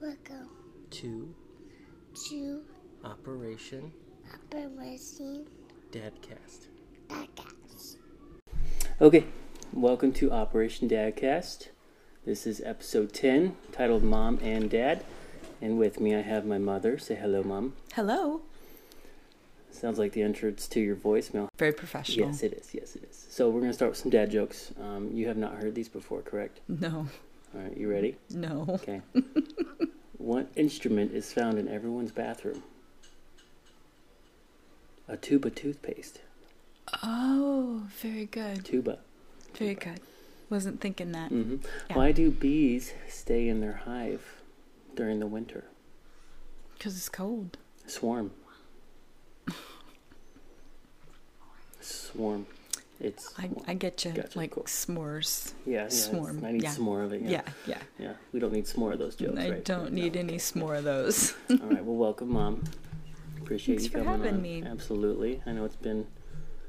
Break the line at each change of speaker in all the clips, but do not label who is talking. Welcome
to
to
Operation
Operation
Dadcast.
Podcast.
Okay, welcome to Operation Dadcast. This is episode 10, titled Mom and Dad. And with me, I have my mother. Say hello, Mom.
Hello.
Sounds like the entrance to your voicemail.
Very professional.
Yes, it is. Yes, it is. So, we're going to start with some dad jokes. Um, you have not heard these before, correct?
No,
All right, you ready?
no.
Okay. what instrument is found in everyone's bathroom? A tube of toothpaste.
Oh, very good.
Tuba.
Very good. Wasn't thinking that.
hmm
Yeah.
Why do bees stay in their hive during the winter?
Because it's cold.
Swarm. Swarm. It's
I, I get you.
Gotcha,
like
cool.
s'mores.
yeah, yeah, it's-
swarm,
I need
yeah.
some more of it.
Yeah,
Yeah.
yeah.
yeah, We don't need some more of those jokes.
I
right?
don't
No,
need any
okay.
s'more of those.
All right. Well, welcome, mom. Appreciate
Thanks
you
for
coming
having
on.
me.
Absolutely. I know it's been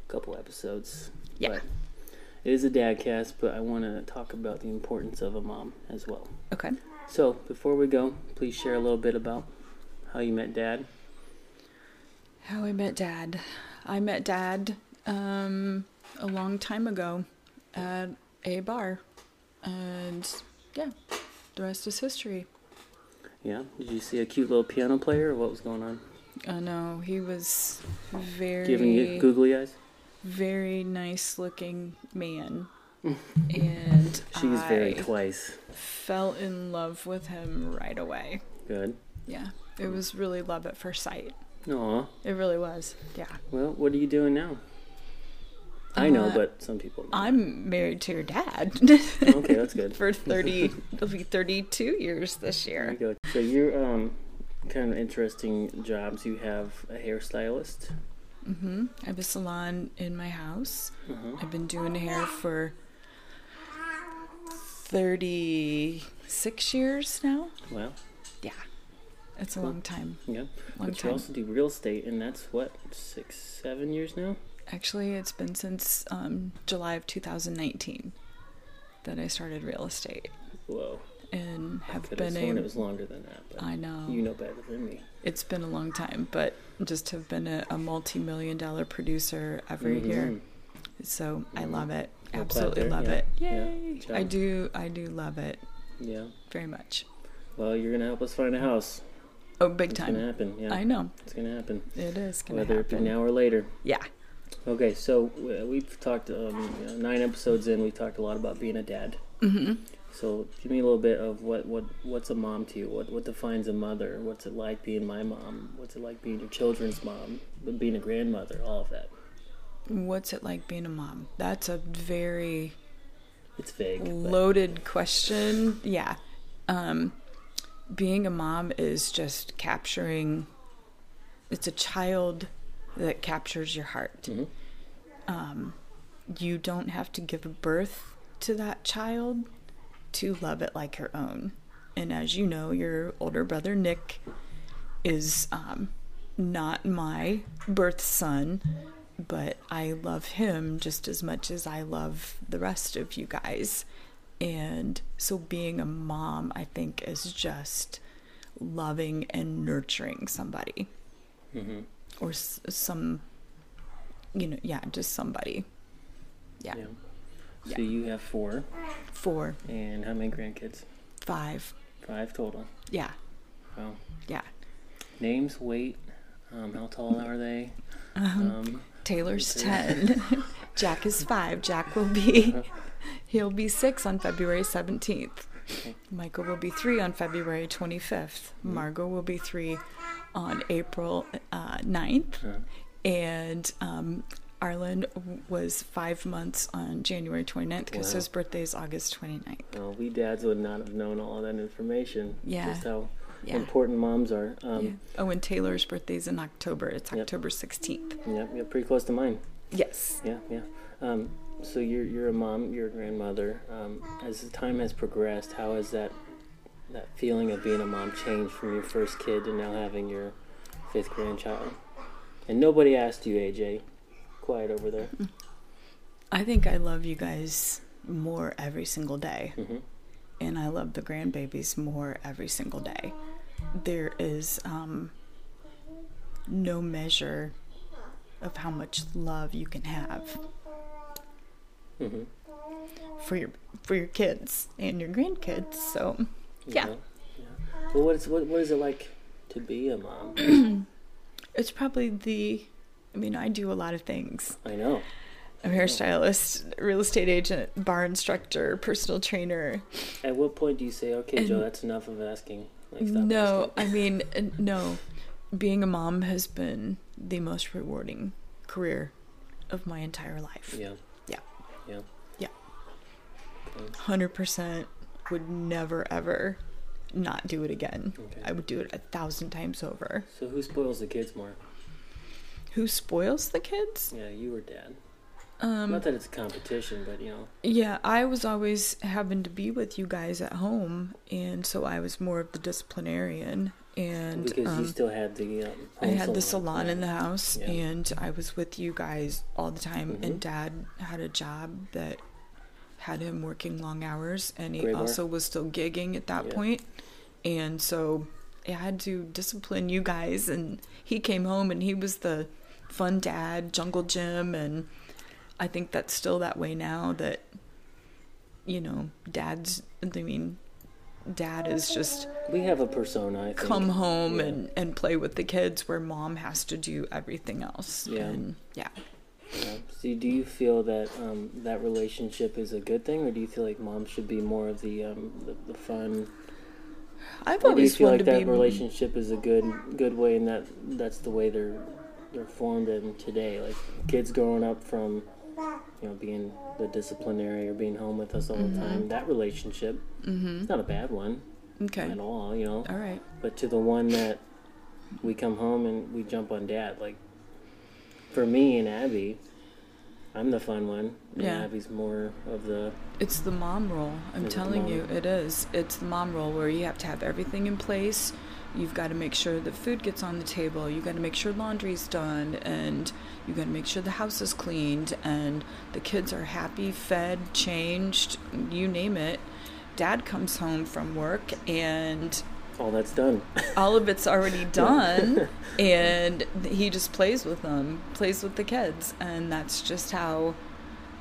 a couple episodes.
Yeah.
but it is a dad cast, but I want to talk about the importance of a mom as well.
Okay.
So before we go, please share a little bit about how you met dad.
How I met dad. I met dad um, a long time ago at a bar. And yeah, the rest is history.
Yeah. Did you see a cute little piano player? Or what was going on?
I know he was very.
Giving you googly eyes.
very nice looking man. and
She's
I
very twice.
fell in love with him right away.
Good.
Yeah. It was really love at first sight.
Aw.
It really was. Yeah.
Well, what are you doing now? I know,
Uh,
but some people. don't.
I'm married to your dad
okay, that's good.
for 30, it'll be 32 years this
There you
year.
go. So you're um, kind of interesting jobs. You have a hairstylist.
hmm I have a salon in my house.
Uh-huh.
I've been doing hair for 36 years now.
Wow.
Yeah. It's a long time.
Yeah.
Long
but
time.
you also do real estate, and that's what six, seven years now.
Actually, it's been since um, July of 2019 that I started real estate
Whoa.
and
I
have
could have
been
sworn it
a.
was longer than that, but
I know
you know better than me.
it's been a long time, but just have been a, a multi-million dollar producer every year.
Mhm.
So I love
Well,
it.
glad
Absolutely
there,
love
Mm-hmm. yeah,
it.
yeah,
Yay!
good
I
job.
do. I do love it
Yeah.
very much.
Well, you're gonna help us find a house.
Oh, big
It's gonna
time.
happen. Yeah.
I know
It's gonna happen.
it is gonna
Whether it be
happen.
now or later.
Yeah.
Okay, so uh, we've talked um, you know, nine episodes in. We've talked a lot about being a dad.
hmm
So give me a little bit of what, what what's a mom to you? What what defines a mother? What's it like being my mom? What's it like being your children's mom? Being a grandmother? All of that.
What's it like being a mom? That's a very
It's vague. but-
loaded question. Yeah. Um, being a mom is just capturing, it's a child that captures your heart.
Mhm.
Um, you don't have to give birth to that child to love it like your own. And as you know, your older brother Nick is um, not my birth son, but I love him just as much as I love the rest of you guys. And so being a mom, I think, is just loving and nurturing somebody
Mhm.
or s- some, you know, yeah, just somebody. Yeah.
Yeah.
Yeah.
So you have four,
Four,
and how many grandkids?
five.
Five total.
Yeah.
Wow.
Yeah.
Names, weight, um, how tall are they? Um,
Taylor's
Okay.
10. Jack is 5. Jack will be he'll be 6 on February 17th.
Okay. Mm-hmm.
Michael will be 3 on February 25th. Margot will be 3 on April uh, 9th.
uh,
And um Arlen w- was 5 months on January 29th cuz
Wow.
his birthday is August 29th.
well, we dads would not have known all of that information.
Yeah.
Just how
Yeah.
important moms are. Um,
yeah. Oh, and Taylor's birthday's in October. It's
Yep.
October 16th.
Yep, yep, pretty close to mine.
Yes.
Yeah, yeah. Um, so you're you're a mom, you're a grandmother. Um, as the time has progressed, how has that that feeling of being a mom changed from your first kid to now having your fifth grandchild? And nobody asked you, AJ. Quiet over there.
I think I love you guys more every single day.
Mhm.
and I love the grandbabies more every single day. There is um, no measure of how much love you can have
hmm
for your for your kids and your grandkids. So Yeah.
yeah. Well, what is what, what is it like to be a mom?
it's probably the. I mean, I do a lot of things.
I know.
I'm a hairstylist, real estate agent, bar instructor, personal trainer,
At what point do you say, okay, Joe,
And-
that's enough of asking? Like, stop
No, I mean, uh, no. Being a mom has been the most rewarding career of my entire life.
asking. Yeah.
Yeah.
Yeah.
Yeah.
Okay.
100% would never, ever not do it again.
Okay.
I would do it a thousand times over.
So who spoils the kids more?
Who spoils the kids?
Yeah, you or dad?
Um,
Not that it's a competition, but you know.
yeah, I was always having to be with you guys at home, and so I was more of the disciplinarian. And
because
um,
you still had the um,
I
home
had the salon in the house,
Yeah.
and I was with you guys all the time.
Mhm.
And Dad had a job that had him working long hours, and he
Gray bar.
also was still gigging at that
Yeah.
point. And so I had to discipline you guys. And he came home, and he was the fun dad, jungle gym, and I think that's still that way now. That you know, dads. I mean, dad is just
We have a persona. I think.
come home
Yeah.
and, and play with the kids where mom has to do everything else.
Yeah.
And yeah.
Yeah. So do you feel that um, that relationship is a good thing, or do you feel like mom should be more of the um, the, the fun?
I've
Or do you
always
feel
wanted
like
to
that
be
relationship is a good good way, and that that's the way they're they're formed in today? Like kids growing up from you know being the disciplinary or being home with us all
Mm-hmm.
the time. That relationship,
Mhm.
it's not a bad one
Okay.
at all. You know,
All right.
but to the one that we come home and we jump on dad like for me and abby i'm the fun one and
Yeah.
abby's more of the
It's the mom role. I'm
Is it the
telling
mom
you, it is. It's the mom role where you have to have everything in place. You've got to make sure the food gets on the table. You've got to make sure laundry's done. And you've got to make sure the house is cleaned. And the kids are happy, fed, changed, you name it. Dad comes home from work and
all that's done
all of it's already done and he just plays with them plays with the kids and that's just how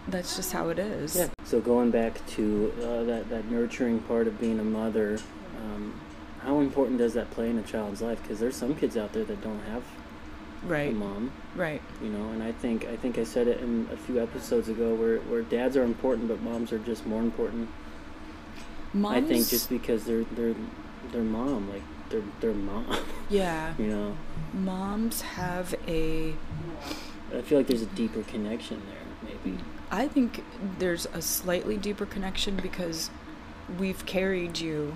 that's just how it is
yeah so going back to uh, that, that nurturing part of being a mother um, how important does that play in a child's life because there's some kids out there that don't have a
right
mom
right
you know and i think i think i said it in a few episodes ago where, where dads are important but moms are just more important
moms
I think just because they're they're their mom, like their their mom,
yeah
you know.
moms have a
I feel like there's a deeper connection there, maybe.
i think there's a slightly deeper connection because we've carried you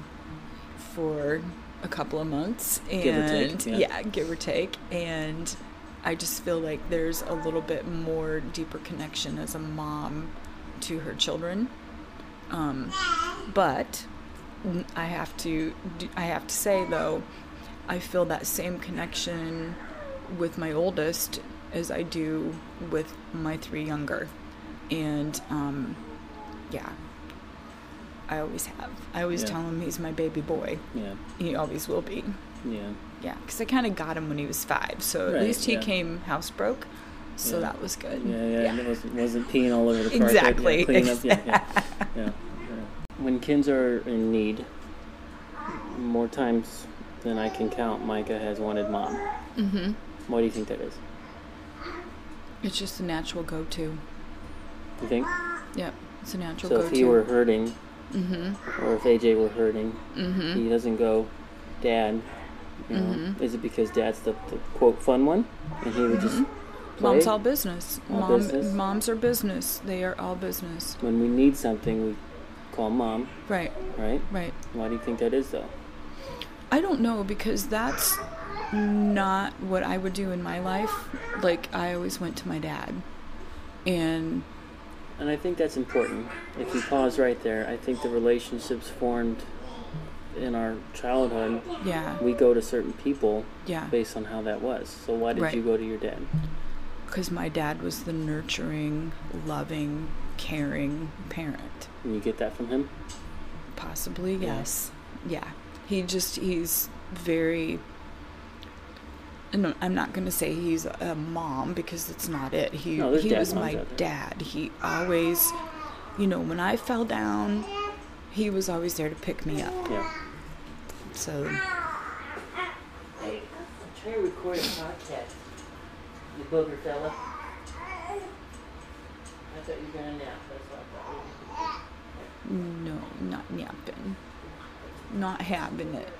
for a couple of months and
Give or take, yeah.
yeah give or take and i just feel like there's a little bit more deeper connection as a mom to her children um, but n- i have to d- i have to say though i feel that same connection with my oldest as i do with my three younger and um, yeah i always have i always
Yeah.
tell him he's my baby boy
Yeah,
he always will be
yeah.
yeah because i kind of got him when he was five so at
Right,
least he
yeah.
came house broke so
Yeah.
that was good
Yeah, yeah, and It wasn't, wasn't peeing all over the carpet.
Exactly,
Yeah, cleaning up, yeah, yeah, yeah, yeah. When kids are in need, more times than I can count, Micah has wanted mom. Mm-hmm. Why do you think that is?
it's just a natural go-to
You think?
Yep, it's a natural
so
go-to.
if he were hurting,
Mm-hmm.
or if AJ were hurting, he doesn't go, Dad. You know,
Mm-hmm.
Is it because Dad's the, the quote fun one, and he would just play?
Mm-hmm. Mom's all business.
All
Mom,
business?
moms are business. They are all business.
when we need something, we call mom,
Right,
right?
right.
Why do you think that is, though?
I don't know because that's not what I would do in my life. Like I always went to my dad, and
And I think that's important. If you pause right there, I think the relationships formed in our childhood,
yeah,
we go to certain people
yeah,
based on how that was. So why did
Right.
you go to your dad?
because my dad was the nurturing, loving, caring parent.
And you get that from him?
possibly yes yeah he just he's very and I'm not gonna say he's a mom because it's not it. He
No, there's
he
dad
was
moms
my
out there.
dad. He always, you know, when I fell down, he was always there to pick me up.
Yeah.
So
Hey, try to record a contact. You booger fella. I thought you were gonna nap, that's what I thought.
no, not napping, not having it.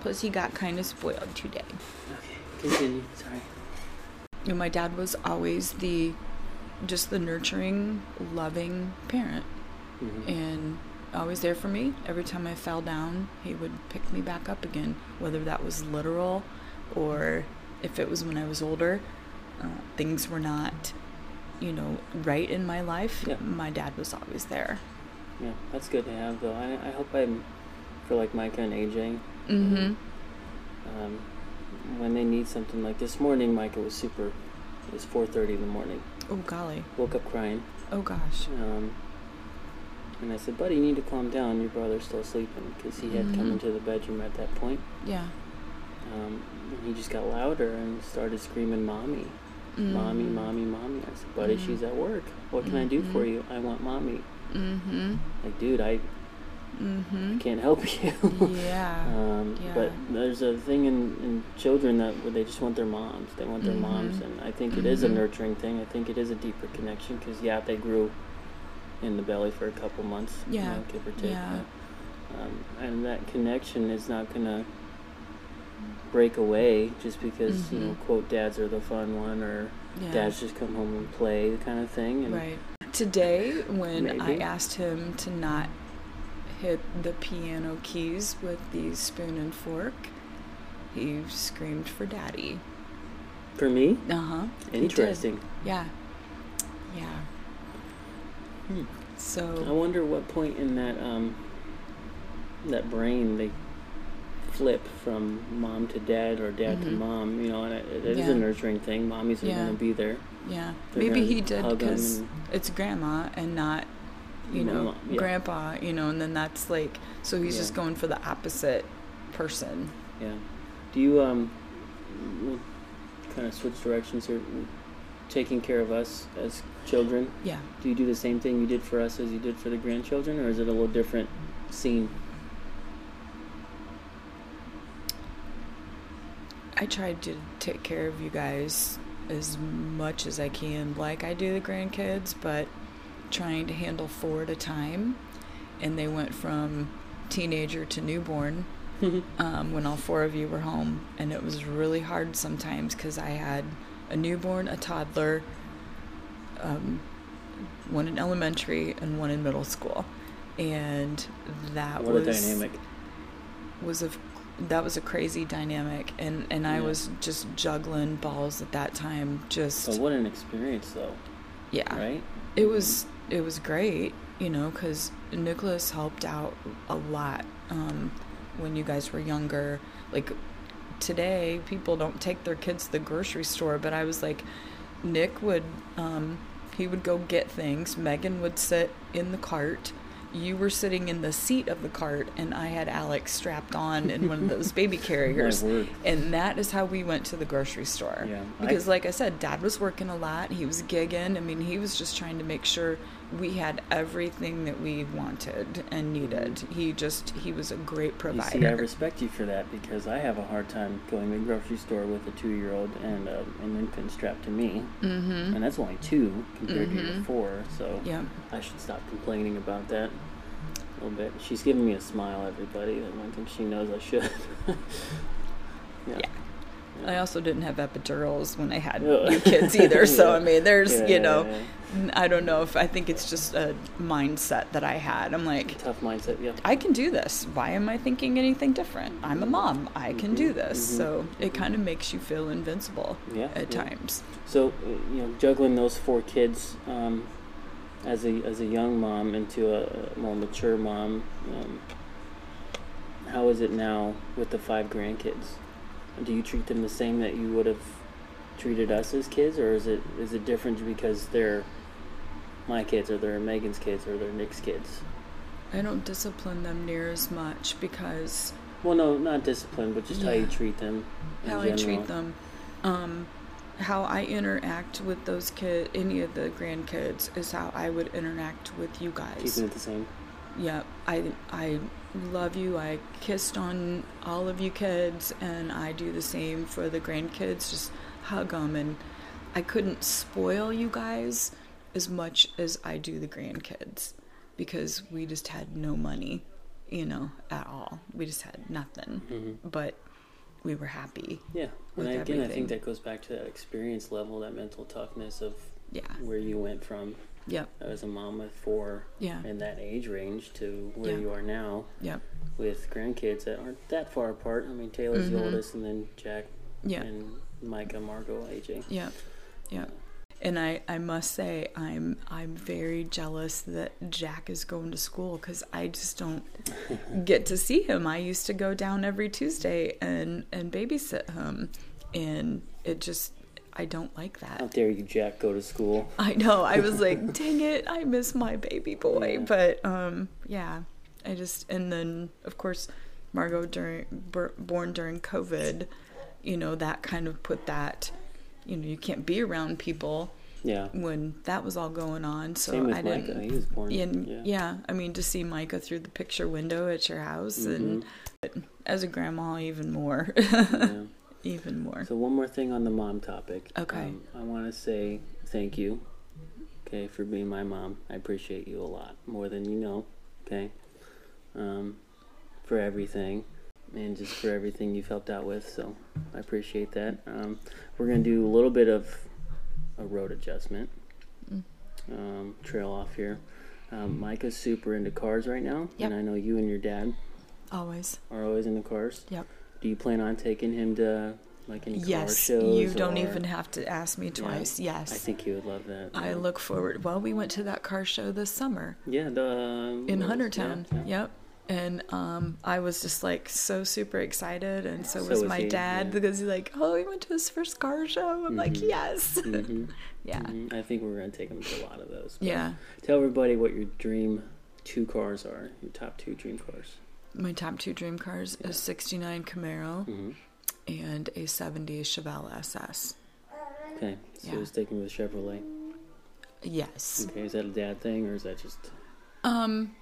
Plus, he got kind of spoiled today.
Okay. Continue. Sorry.
You know, my dad was always the, just the nurturing, loving parent.
hmm
and always there for me. Every time I fell down, he would pick me back up again, whether that was literal or if it was when I was older. Uh, things were not, you know, right in my life.
Yeah.
My dad was always there.
Yeah, that's good to have though. I, I hope I'm for like Micah and AJ.
Mm-hmm.
Um, when they need something like this morning, Micah was super. It was 4:30 in the morning.
Oh golly.
Woke up crying.
Oh gosh.
Um, and I said, "Buddy, you need to calm down. Your brother's still sleeping because he had come
Mhm.
into the bedroom at that point.
Yeah.
Um, and he just got louder and started screaming, "Mommy, mommy,
Mm.
mommy, mommy!" I said, "Buddy,
Mhm.
she's at work. What can I do for
Mhm.
you? I want mommy."
Mm-hmm.
Like, dude, I
Mm-hmm.
can't help you.
Yeah.
Um,
Yeah.
But there's a thing in, in children that where they just want their moms. They want their moms,
Mhm.
and I think it is a
Mhm.
nurturing thing. I think it is a deeper connection because yeah, they grew in the belly for a couple months, you
Yeah.
know, give or take,
Yeah.
but, um, and that connection is not gonna break away just because you know,
Mhm.
quote, dads are the fun one or
Yeah.
dads just come home and play kind of thing. And
Right. Today, when I
Maybe.
asked him to not hit the piano keys with the spoon and fork, he screamed for daddy.
for me,
Uh huh.
interesting.
Yeah. Yeah.
Hmm. I
So,
wonder what point in that um, that brain they flip from mom to dad or dad to
Mhm.
mom. You know, and it, it is
Yeah.
a nurturing thing. Mommies are
Yeah.
going to be there.
yeah.
They're
Maybe
gonna
he did
hug 'em
because
and-
it's grandma and not, you know,
Mama, yeah.
grandpa, you know, and then that's like, so he's
Yeah.
just going for the opposite person.
Yeah. Do you um, we'll kind of switch directions here? Taking care of us as children.
Yeah.
Do you do the same thing you did for us as you did for the grandchildren, or is it a little different scene?
I tried to take care of you guys as much as I can, like I do the grandkids, but trying to handle four at a time. And they went from teenager to newborn
Mm-hmm.
um, when all four of you were home. And it was really hard sometimes because I had a newborn, a toddler, um, one in elementary, and one in middle school. And that
what
was
a dynamic.
was a that was a crazy dynamic and and I
Yeah.
was just juggling balls at that time just
But what an experience, though,
yeah
right?
Ah, it was it was great you know cuz Nicholas helped out a lot um when you guys were younger like today people don't take their kids to the grocery store but I was like Nick would um he would go get things Megan would sit in the cart you were sitting in the seat of the cart and I had Alex strapped on in one of those baby carriers
My word.
and that is how we went to the grocery store.
Yeah, I-
Because, like I said, dad was working a lot. He was gigging. I mean, he was just trying to make sure we had everything that we wanted and needed. He just, he was a great
You
provider.
see, I respect you for that because I have a hard time going to the grocery store with a two-year-old and uh, an infant strapped to me,
mm-hmm.
and that's only two compared to your
Mhm.
four. So
Yeah.
I should stop complaining about that a little bit. She's giving me a smile, everybody. and I think she knows I should. yeah.
Yeah. I also didn't have epidurals when I had
Yeah.
you kids either. So, I
Yeah.
mean, there's,
Yeah,
you know,
yeah,
I don't know if I think it's just a mindset that I had. I'm like,
yeah. tough mindset. Yeah.
I can do this. Why am I thinking anything different? I'm a mom. I can do
Mhm,
this.
mhm,
So it
mhm.
kind of makes you feel invincible
Yeah,
at
yeah.
times.
So uh, you know, juggling those four kids um, as a as a young mom into a, a more mature mom. Um, how is it now with the five grandkids? Do you treat them the same that you would have treated us as kids, or is it is it different because they're my kids, or they're Megan's kids, or they're Nick's kids?
I don't discipline them near as much because
Well, no, not discipline, but just how you
Yeah.
treat them. in
how I
general.
treat them, um, how I interact with those kid, any of the grandkids, is how I would interact with you guys.
Keeping it the same.
Yeah, I I love you. I kissed on all of you kids, and I do the same for the grandkids. Just hug them, and I couldn't spoil you guys as much as I do the grandkids because we just had no money, you know, at all. We just had nothing,
Mm-hmm.
but we were happy.
Yeah. And
With
again, I
everything.
think that goes back to that experience level, that mental toughness of
Yeah.
where you went from
Yep.
as a mom with four
Yeah.
in that age range to where
Yeah.
you are now
Yep.
with grandkids that aren't that far apart. I mean, Taylor's the oldest, and then Jack
Mm-hmm. Yeah.
and Micah, Margot, AJ.
Yeah. Yeah. And I, I must say I'm I'm very jealous that Jack is going to school cuz I just don't get to see him. I used to go down every Tuesday and and babysit him and it just I don't like
How
that.
dare you, Jack, go to school?
I know. I was like, "Dang it, I miss my baby boy."
Yeah.
But um yeah, I just and then of course Margot during bor- born during COVID, you know, that kind of put that you know, you can't be around people
Yeah.
when that was all going on. So
Same with
I
Micah.
didn't.
He was born.
And
yeah.
yeah. I mean to see Micah through the picture window at your house, and but as a grandma, even more,
Mm-hmm. yeah.
even more.
So one more thing on the mom topic.
Okay.
Um, I want to say thank you. Okay, for being my mom. I appreciate you a lot more than you know. Okay. Um, for everything, and just for everything you've helped out with. So I appreciate that. Um, we're gonna do a little bit of a road adjustment.
Mm.
Um, trail off here. Um, Micah's super into cars right now,
Yep.
and I know you and your dad
Always.
are always into cars.
Yep.
Do you plan on taking him to like any car
Yes.
shows?
You don't
or-
even have to ask me twice.
I
Yes.
think he would love that.
I
yeah.
look forward. Well, we went to that car show this summer
Yeah, the um,
in
what was-
Huntertown.
yeah, yeah.
Yep. And um, I was just like so super excited, and so,
So
was
was
my
he,
dad
yeah.
because he's like, "Oh, we went to his first car show." I'm like,
Mm-hmm.
"Yes,
Mhm,
yeah,
mhm. I think we're gonna take him to a lot of those. but
yeah."
Tell everybody what your dream two cars are. Your top two dream cars.
My top two dream cars is '69 Camaro
Mhm.
and a '70 Chevelle SS.
Okay, so
Yeah.
we're sticking with Chevrolet.
Yes.
Okay, is that a dad thing or is that just Mm.
Um.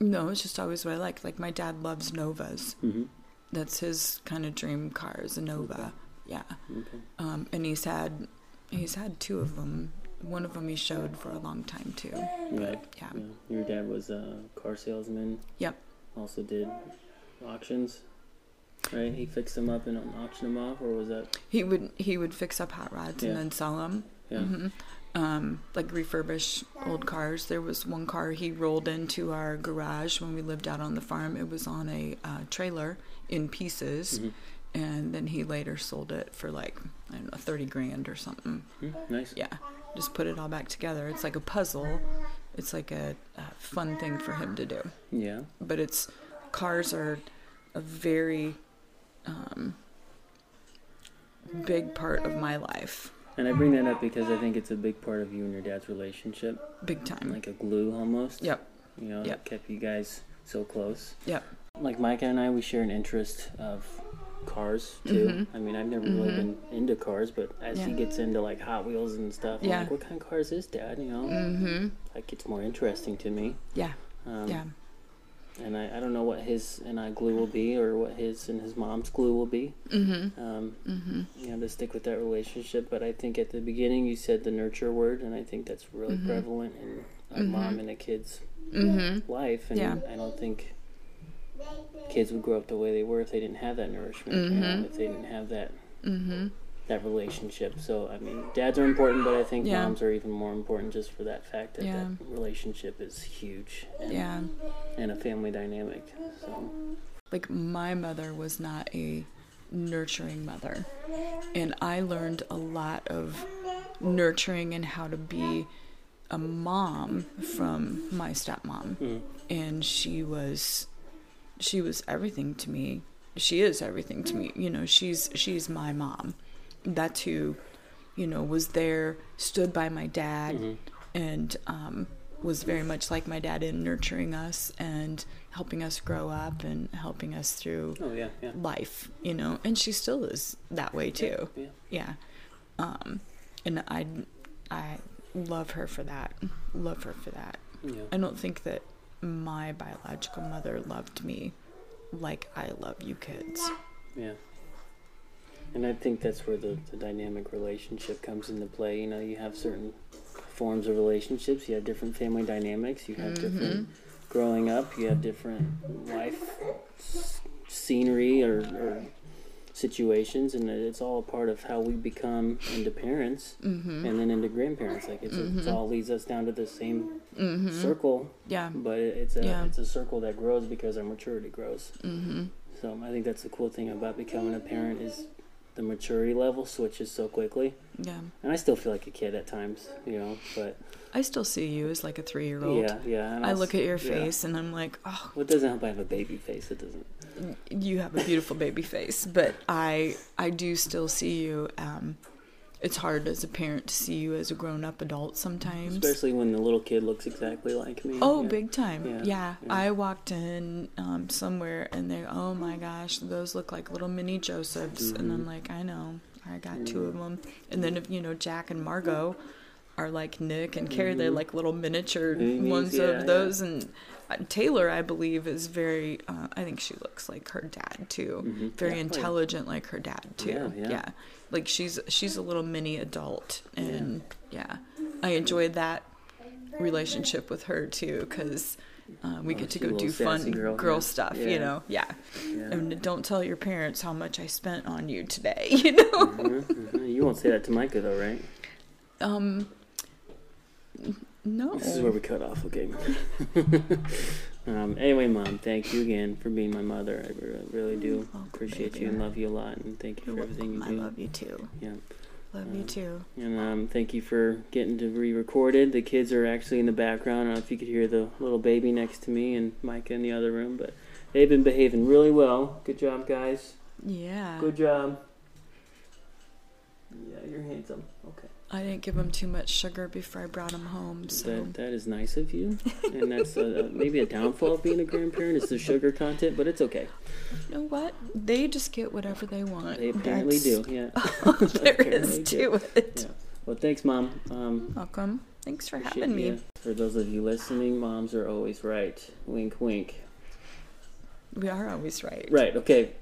No, it's just always what I like. Like my dad loves Novas.
Mhm.
That's his kind of dream car is a Nova. Yeah.
okay?
Um. And he's had, he's had two of them. One of them he showed for a long time too.
Yeah.
Yeah.
yeah. Your dad was a car salesman.
Um, Yep.
Also did auctions. Right, he fixed them up and auctioned them off, or was that?
He would he would fix up hot rods
Yeah.
and then sell them.
Yeah.
hmm Um, like refurbish old cars. There was one car he rolled into our garage when we lived out on the farm. It was on a uh, trailer in pieces,
Mm-hmm.
and then he later sold it for like I don't know thirty grand or something.
Hmm, Nice.
Yeah, just put it all back together. It's like a puzzle. It's like a, a fun thing for him to do.
Yeah.
But it's cars are a very um, big part of my life,
And I bring that up because I think it's a big part of you and your dad's relationship,
big time.
like a glue almost.
Hmm. yep.
You know,
Yep.
that kept you guys so close.
Yep.
Like Micah and I, we share an interest of cars too. I mean, I've never really been into cars, but as he
Mm-hmm. Yeah.
gets into like Hot Wheels and stuff, I'm
Yeah.
like, what kind of cars is dad? You know,
Mm-hmm.
like it's more interesting to me.
Yeah.
Um,
Yeah.
And I, I don't know what his and I glue will be or what his and his mom's glue will be. Mm-hmm. Um,
Mm-hmm.
You know, to stick with that relationship. But I think at the beginning you said the nurture word, and I think that's really
Mm-hmm.
prevalent in a mom and a kid's
Mm-hmm.
life. And
Yeah.
I don't think kids would grow up the way they were if they didn't have that nourishment, you know,
Mm-hmm.
if they didn't have that. That relationship. So, I mean, dads are important, but I think
Yeah.
moms are even more important just for that fact that
Yeah.
that relationship is huge. And
Yeah.
and a family dynamic. So
Like my mother was not a nurturing mother. And I learned a lot of nurturing and how to be a mom from my stepmom.
Mm-hmm.
And she was she was everything to me. She is everything to me. You know, she's she's my mom. That's
Mm-hmm.
who, you know, was there, stood by my dad and um was very much like my dad in nurturing us and helping us grow up and helping us through
Oh yeah, yeah.
life, you know, and she still is that way too.
Yeah.
Yeah. Um and I I love her for that. Love her for that.
Yeah.
I don't think that my biological mother loved me like I love you kids.
Yeah. And I think that's where the, the dynamic relationship comes into play. You know, you have certain forms of relationships, you have different family dynamics, you have different growing up, you have different life s- scenery or, or situations, and it's all part of how we become into parents and then into grandparents. Like, it's, it's all leads us down to the same circle
Yeah.
but it- it's a
Mm-hmm. Yeah.
it's a circle that grows because our maturity grows. Mm-hmm. So I think that's the cool thing about becoming a parent is the maturity level switches so quickly.
Yeah.
And I still feel like a kid at times, you know. But
I still see you as like a 3-year-old.
yeah, yeah. And
I
I'll
look
s-
at your
yeah.
face and I'm like, "Oh,
Well, it doesn't help I have a baby face. It doesn't.
you have a beautiful baby face, but I I do still see you. Um, it's hard as a parent to see you as a grown up adult sometimes.
Especially when the little kid looks exactly like me.
oh,
yeah.
big time!
Yeah,
Yeah,
yeah.
I walked in um, somewhere and they, oh my gosh, those look like little mini Josephs, and
Mm-hmm.
I'm like, I know, I got two of them. And then if you know Jack and Margot are like Nick and Carrie, they're like little miniature
Minis,
ones
Mm-hmm. yeah, yeah.
of those, and uh, Taylor, I believe, is very. Uh, I think she looks like her dad too. Very
Mm-hmm. Yeah.
intelligent, like her dad too.
Yeah,
Yeah,
yeah.
Like she's she's a little mini adult, and yeah, I enjoyed that relationship with her too because uh, we
Oh,
get to
she's a
go
little
do fun
sassy girl,
girl,
yeah.
stuff.
Yeah.
You know, yeah.
Yeah.
And don't tell your parents how much I spent on you today. You know.
Mhm. You won't say that to Micah though, right?
Um. n- No.
This is where we cut off. Okay. um, anyway, mom, thank you again for being my mother. I re- really do
Welcome,
appreciate
Oh, baby.
you and love you a lot, and thank you
Mm-hmm. You're
for everything
welcome.
you
I
do.
love you too.
Yeah.
Love you too.
And um, thank you for getting to re-recorded. The kids are actually in the background. I don't know if you could hear the little baby next to me and Micah in the other room, but they've been behaving really well. Good job, guys.
Yeah.
Good job. Yeah, you're handsome. Okay.
I didn't give him too much sugar before I brought him home, so
That, that is nice of you, and that's uh maybe a downfall of being a grandparent is the sugar content, but it's okay.
you know what? They just get whatever they want.
They apparently
That's
do. Yeah.
all there
Apparently
is
do.
to it.
Yeah. Well, thanks, mom. Um,
Welcome. Thanks for
appreciate
having me.
ya. For those of you listening, moms are always right. Wink, wink.
We are always right.
Right. Okay.